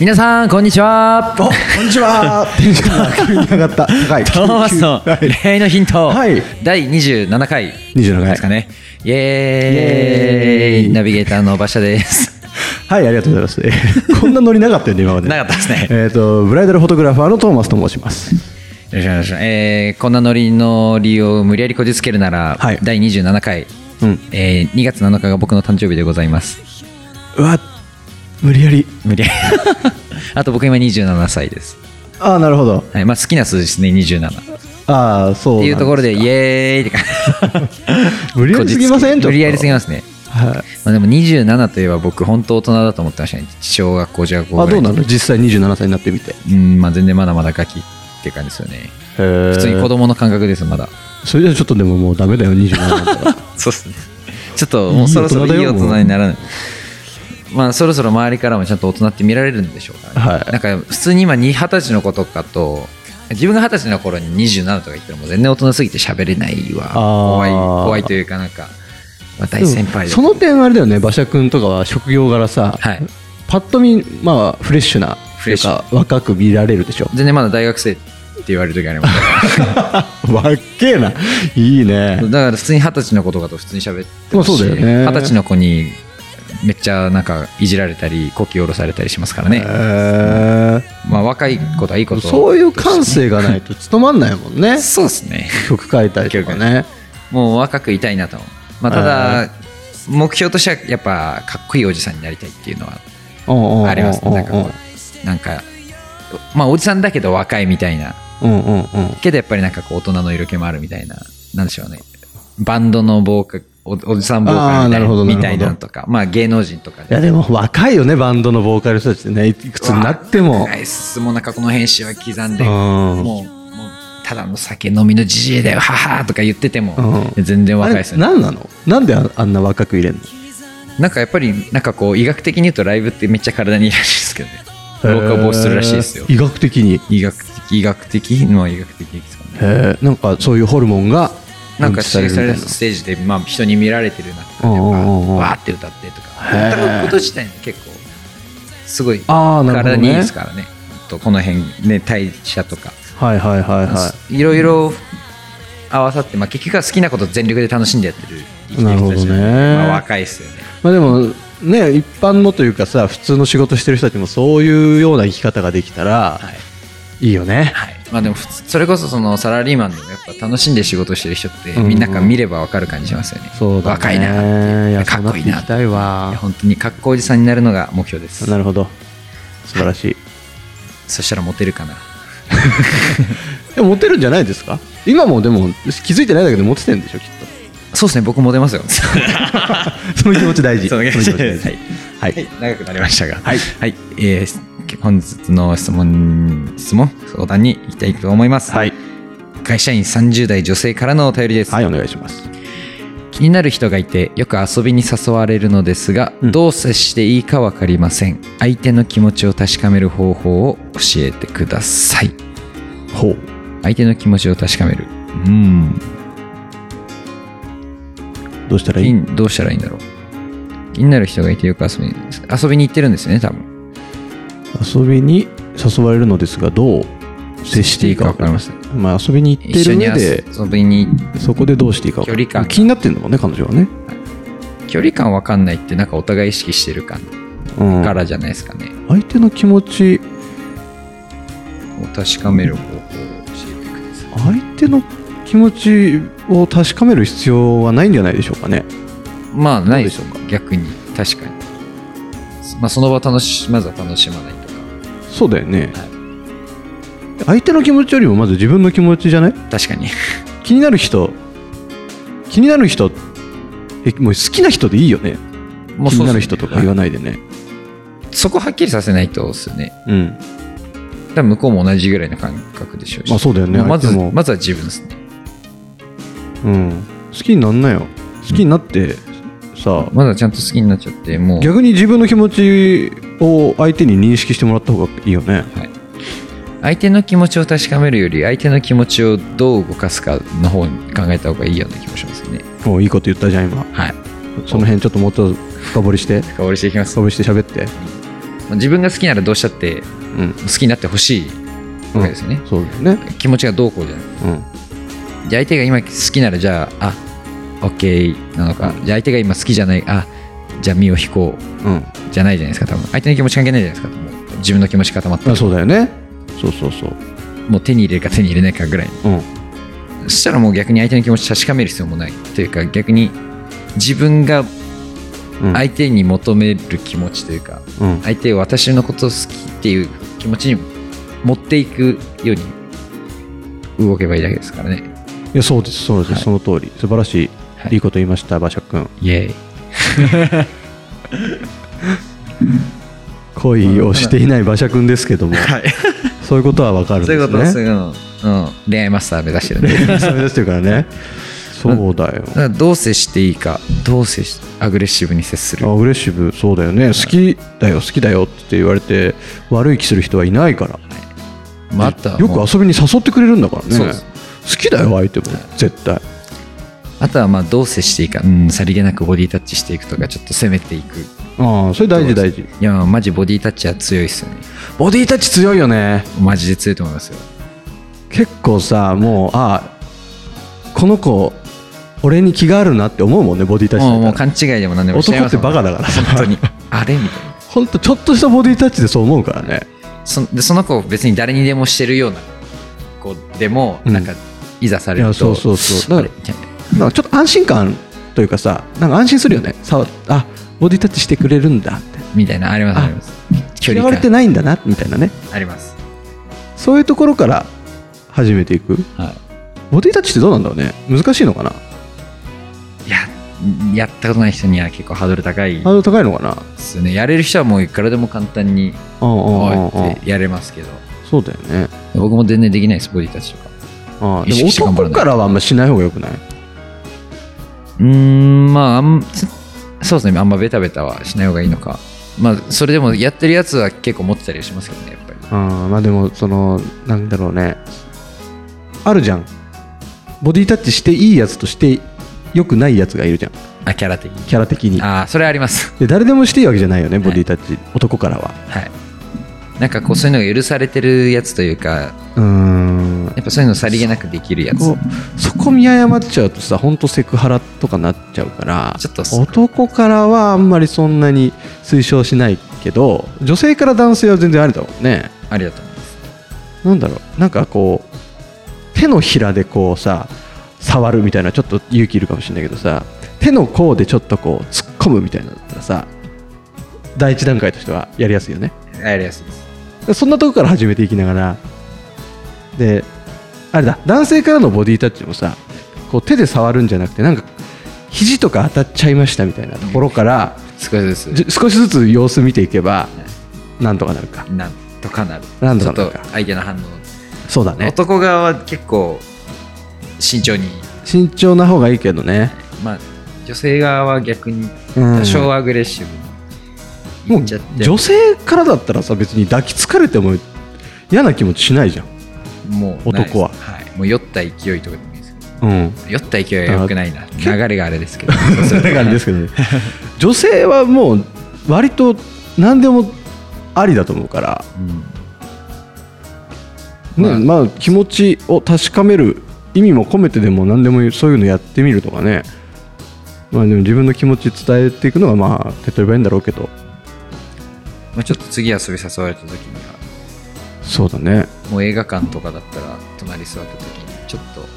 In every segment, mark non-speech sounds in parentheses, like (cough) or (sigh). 皆さんこんにちはおこんにちは。テンションが急に上がった。高い。トーマスのはい恋愛のヒント、はい第27回27回ですかねイエーイイエーイナビゲーターの馬車です (laughs) はい、ありがとうございます。えーこんなノリなかったよね、今まで。なかったですねえっと、ブライダルフォトグラファーのトーマスと申します。よろしくお願いします、えーこんなノリの理由を無理やりこじつけるなら、はい第27回、うんえー2月7日が僕の誕生日でございますうわ、無理やり。無理やり (laughs) あと僕今27歳です、ああ、なるほど。はいまあ、好きな数字ですね27ってああ、そうなんす。いうところでイエーイって感じ (laughs) 無理やりすぎませんこじつけ無理やりすぎまますねせん。はい。まあ、でも27といえば僕本当大人だと思ってましたね小学校中学校ぐらあ、いどうなの実際27歳になってみて。うんまあ全然まだまだガキって感じですよね普普通に子。供の感覚ですまだそれじゃちょっとでももうダメだよ、27だったら。そうっすねちょっともうそろそろいい大人いだいよ大人にならないまあそろそろ周りからもちゃんと大人って見られるんでしょうから、ねはいなんか普通に今二十歳の子とかと自分が二十歳の頃に27とか言っても全然大人すぎて喋れないわあー怖い怖いというかなんか、まあ、大先輩でだもその点あれだよね、馬車くんとかは職業柄さ、はいパッと見、まあ、フレッシュな、フレッシュというか若く見られるでしょ。全然まだ大学生って言われる時あります (laughs) わっけえな。いいね。だから普通に二十歳の子とかと普通に喋ってるまあしそうだよね二十歳の子にめっちゃなんかいじられたりこき下ろされたりしますからね、へまあ、若い子とはいいこえとそういう感性がないと務まんないもんねそうですね曲書いたりとかねもう若くいたいなと、まあ、ただ目標としてはやっぱかっこいいおじさんになりたいっていうのはあありますねなんかこううなんかまあおじさんだけど若いみたいなんうんうんけどやっぱりなんかこう大人の色気もあるみたいななんでしょうねバンドのボーカおおじさんボーカルみたあーないるほなどなるみほどたいなのとかまあ芸能人とかいやでも若いよねバンドのボーカル人たちってねいくつになってもナイスもうなんかこの編集は刻んで、うんもうもうただの酒飲みのじじいだよははーとか言ってても、うん全然あ若いれですよね何なのなんでああんな若く入れんのなんかやっぱりなんかこう医学的に言うとライブってめっちゃ体にいいらしいですけどね僕は防止するらしいですよへえ医学的に医学的医学的のは医学的ですかねへえなんかそういうホルモンがなんか刺激される分泌ステージで、まあ、人に見られてるなとかうんうんうんわーって歌ってとかへー歌うこと自体に結構すごいあーなるほどね体にいいですからねとこの辺ね代謝とかはいはいはいはいろいろ合わさって、まあ、結局は好きなこと全力で楽しんでやってる生きてる人たちんでなるほどねまあ、若いですよねまあでもね一般のというかさ普通の仕事してる人たちもそういうような生き方ができたらはい、いいよねはいまあ、でも普通それこそそのサラリーマンでもやっぱ楽しんで仕事してる人って、うんうんみんなから見れば分かる感じしますよねそうだね若いなっていういやかっこいいなそうってきたいわいや本当にかっこおじさんになるのが目標ですなるほど素晴らしい、そしたらモテるかなでもモテるんじゃないですか今もでも気づいてないだけでモテてるんでしょきっそうですね僕モテ (laughs) ますよとその気持ち大事 (laughs) その気持ち大事そのはい、はい長くなりましたがはいはい、えー本日の質問質問相談に行きたいと思います、はい会社員30代女性からのお便りです、はいお願いします気になる人がいてよく遊びに誘われるのですが、うんどう接していいか分かりません相手の気持ちを確かめる方法を教えてくださいほう相手の気持ちを確かめるうんどうしたらいい気にどうしたらいいんだろう気になる人がいてよく遊びに遊びに行ってるんですよね多分遊びに誘われるのですがどう接していいか分かりません接しまあ遊びに行って一緒るに上で遊びにそこでどうしていいか分か距離感気になってんだもんね彼女はね、距離感分かんないってなんかお互い意識してる感うん、からじゃないですかね、相手の気持ちを確かめる方法を教えてください相手の気持ちを確かめる必要はないんじゃないでしょうかねまあないですどうでしょう逆に確かに、まあ、その場楽しまずは楽しまないとかそうだよね、は相手の気持ちよりもまず自分の気持ちじゃない確 (laughs) かに気になる人気になる人えもう好きな人でいいよねも気になるそ人うっすねとか言わないでね、そこはっきりさせないとですよねうん多分向こうも同じぐらいの感覚でしょうし、まあそうだよねまあまず相手もまずは自分ですねうん好きになんなよ好きになって、さまだちゃんと好きになっちゃってもう逆に自分の気持ちを相手に認識してもらった方がいいよね相手の気持ちを確かめるより相手の気持ちをどう動かすかの方に考えた方がいいような気もしますねもういいこと言ったじゃん今はいその辺ちょっともっと深掘りして深掘りしていきます深掘りして喋って自分が好きならどうしたってうん好きになってほしいわけですよね、そうですね気持ちがどうこうじゃなくてうんじゃあ相手が今好きならじゃああ OK なのか、じゃあ相手が今好きじゃないあじゃあ身を引こううんじゃないじゃないですか多分相手の気持ち関係ないじゃないですかもう自分の気持ち固まってあそうだよねそうそうそうもう手に入れるか手に入れないかぐらいうんそしたらもう逆に相手の気持ち確かめる必要もないというか逆に自分がうん相手に求める気持ちというか、うん相手を私のこと好きっていう気持ちに持っていくように動けばいいだけですからねいやそうですそうです、はいその通り素晴らしい、はいい、いこと言いました馬車君イエーイ恋をしていない馬車君ですけ (laughs) ども、そういうことは分かるんそうでいすうねことです (laughs) うんうん、恋愛マスター目指してるんでだかそれですよからねそうだよらどう接していいかどう接しアグレッシブに接するアグレッシブそうだよね好きだよ好きだよって言われて悪い気する人はいないからまああとはよもうく遊びに誘ってくれるんだからそうでねす好きだよ相手も絶対あとはまあどう接していいか、うん、さりげなくボディタッチしていくとかちょっと攻めていくああそれ大事大事いやマジボディタッチは強いっすよねボディタッチ強いよねマジで強いと思いますよ結構さもうああこの子俺に気があるなって思うもんねボディタッチもうもだうか勘違いでも何でらもしちゃい男まっすてもんバカだからさ本当にあれみたいな本当ちょっとしたボディタッチでそう思うからねそでその子を別に誰にでもしてるような子でもうんなんかいざされると、いやそうそうそうだからあれなんかちょっと安心感というかさなんか安心するよねさあボディタッチしてくれるんだってみたいなありますあります距嫌わ離れて感ないんだなみたいなねありますそういうところから始めていくはボディタッチってどうなんだろうね難しいのかないいややったことない人には結構ハードル高いでハードル高いのかなすよねやれる人はもういくらでも簡単にうんうんうんおうんいってやれますけどそうだよね僕も全然できないですボディタッチとかああ意でも識して頑張らな男いからはあんましない方がよくないうーんまああんそそうですねあんまベタベタはしない方がいいのかまあそれでもやってるやつは結構持ってたりはしますけどねやっぱりああまあでもそのなんだろうねあるじゃんボディタッチしていいやつとしてよくないやつがいるじゃんあキャラ的にキャラ的にああそれあります (laughs) で誰でもしていいわけじゃないよねボディタッチ、男からははいなんかこうそういうのが許されてるやつというかうーんやっぱそういうのさりげなくできるやつこうそこ見誤っちゃうとさ本当セクハラとかなっちゃうからちょっと男からはあんまりそんなに推奨しないけど女性から男性は全然ありだもんねありだと思いますなんだろうなんかこう手のひらでこうさ触るみたいなちょっと勇気いるかもしれないけどさ手の甲でちょっとこう突っ込むみたいなのだったらさ第一段階としてはやりやすいよねあやりやすいですそんなとこから始めていきながらであれだ男性からのボディタッチもさこう手で触るんじゃなくてなんか肘とか当たっちゃいましたみたいなところから、少しずつじ少しずつ様子見ていけばなんとかなるかなんとかなるなんとかなるちょかっと相手の反応、そうだね男側は結構慎重に慎重な方がいいけどね、まあ女性側は逆にうん多少アグレッシブにもいうっちゃって女性からだったらさ別に抱きつかれても嫌な気持ちしないじゃん、もう男はないですいもう酔った勢いとかでもいいですけうん、ど酔った勢いは良くないなけ流れがあれですけど (laughs) そんな感じですけどね (laughs) 女性はもう割と何でもありだと思うから、うんねまあまあ、気持ちを確かめる意味も込めてでも何でもそういうのやってみるとかね、まあ、でも自分の気持ち伝えていくのがまあ手っ取り早いんだろうけどまあちょっと次遊び誘われた時にはそうだねもう映画館とかだったら隣座った時にちょっと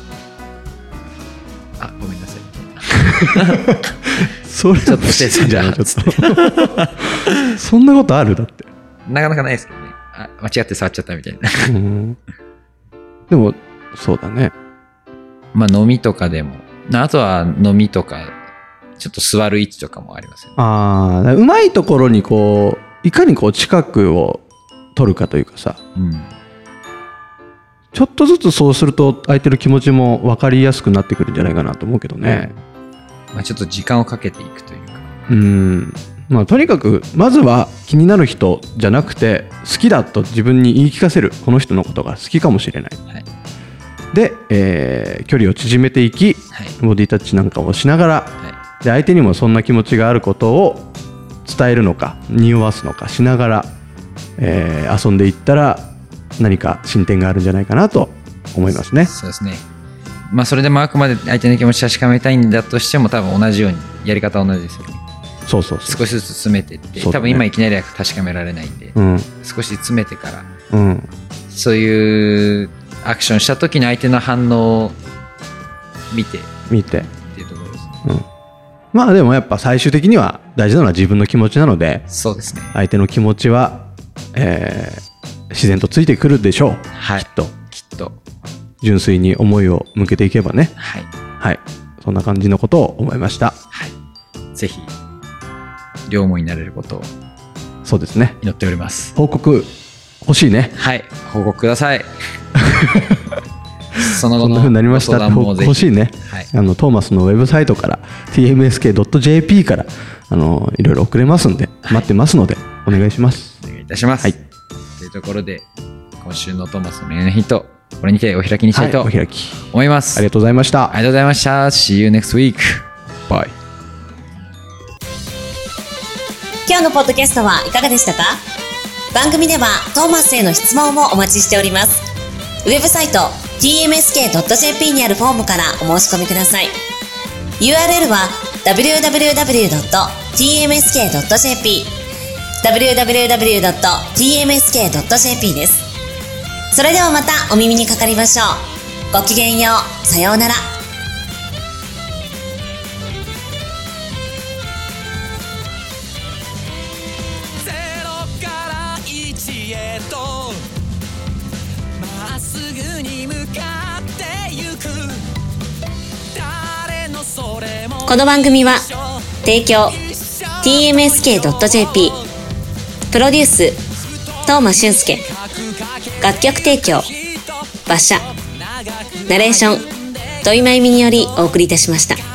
あごめんなさいそれちょっと失礼するんじゃないちょっと (laughs) そんなことあるだってなかなかないですけどねあ間違って触っちゃったみたいな (laughs) うんでもそうだねまあ飲みとかでもなあとは飲みとかちょっと座る位置とかもありますよねああうまいところにこういかにこう近くを取るかというかさうんちょっとずつそうすると相手の気持ちも分かりやすくなってくるんじゃないかなと思うけどね、まあ、ちょっと時間をかけていくというかうんまあ、とにかくまずは気になる人じゃなくて好きだと自分に言い聞かせるこの人のことが好きかもしれない、はいで、えー距離を縮めていきはいボディタッチなんかをしながらはで相手にもそんな気持ちがあることを伝えるのか匂わすのかしながら、えー遊んでいったら何か進展があるんじゃないかなと思いますねい、そうですねまあそれでもあくまで相手の気持ち確かめたいんだとしても多分同じようにやり方は同じですよねそうそうそ少しずつ詰めてって、そう多だね分今いきなりは確かめられないんで、ううん少し詰めてからうんそういうアクションした時の相手の反応を見てっ見てていうところですねまあでもやっぱ最終的には大事なのは自分の気持ちなのでそうですね相手の気持ちは、えー自然とついてくるでしょう、はいきっときっと純粋に思いを向けていけばねはいはいそんな感じのことを思いましたはいぜひ両思いになれることをそうですね祈っております報告欲しいねはい報告ください (laughs) そのこ後んのな風になりましたご相って談報も告ぜ欲ひしいねはいあのトーマスのウェブサイトから tmsk.jp からあのいろいろ送れますんで待ってますのでお願いしますお願いいたします、はいというところで今週のトーマスの恋愛のヒントこれにてお開きにしたはいいとお開き思います、ありがとうございましたありがとうございました。See you next week. Bye. 今日のポッドキャストはいかがでしたか番組ではトーマスへの質問もお待ちしておりますウェブサイト tmsk.jp にあるフォームからお申し込みください URL は www.tmsk.jp www.tmsk.jp ですそれではまたお耳にかかりましょうごきげんようさようならゼロから一へとまっすぐに向かってゆく誰のそれもこの番組は提供 TMSK.jp プロデュース東間俊介楽曲提供馬車ナレーション土井真由美によりお送りいたしました。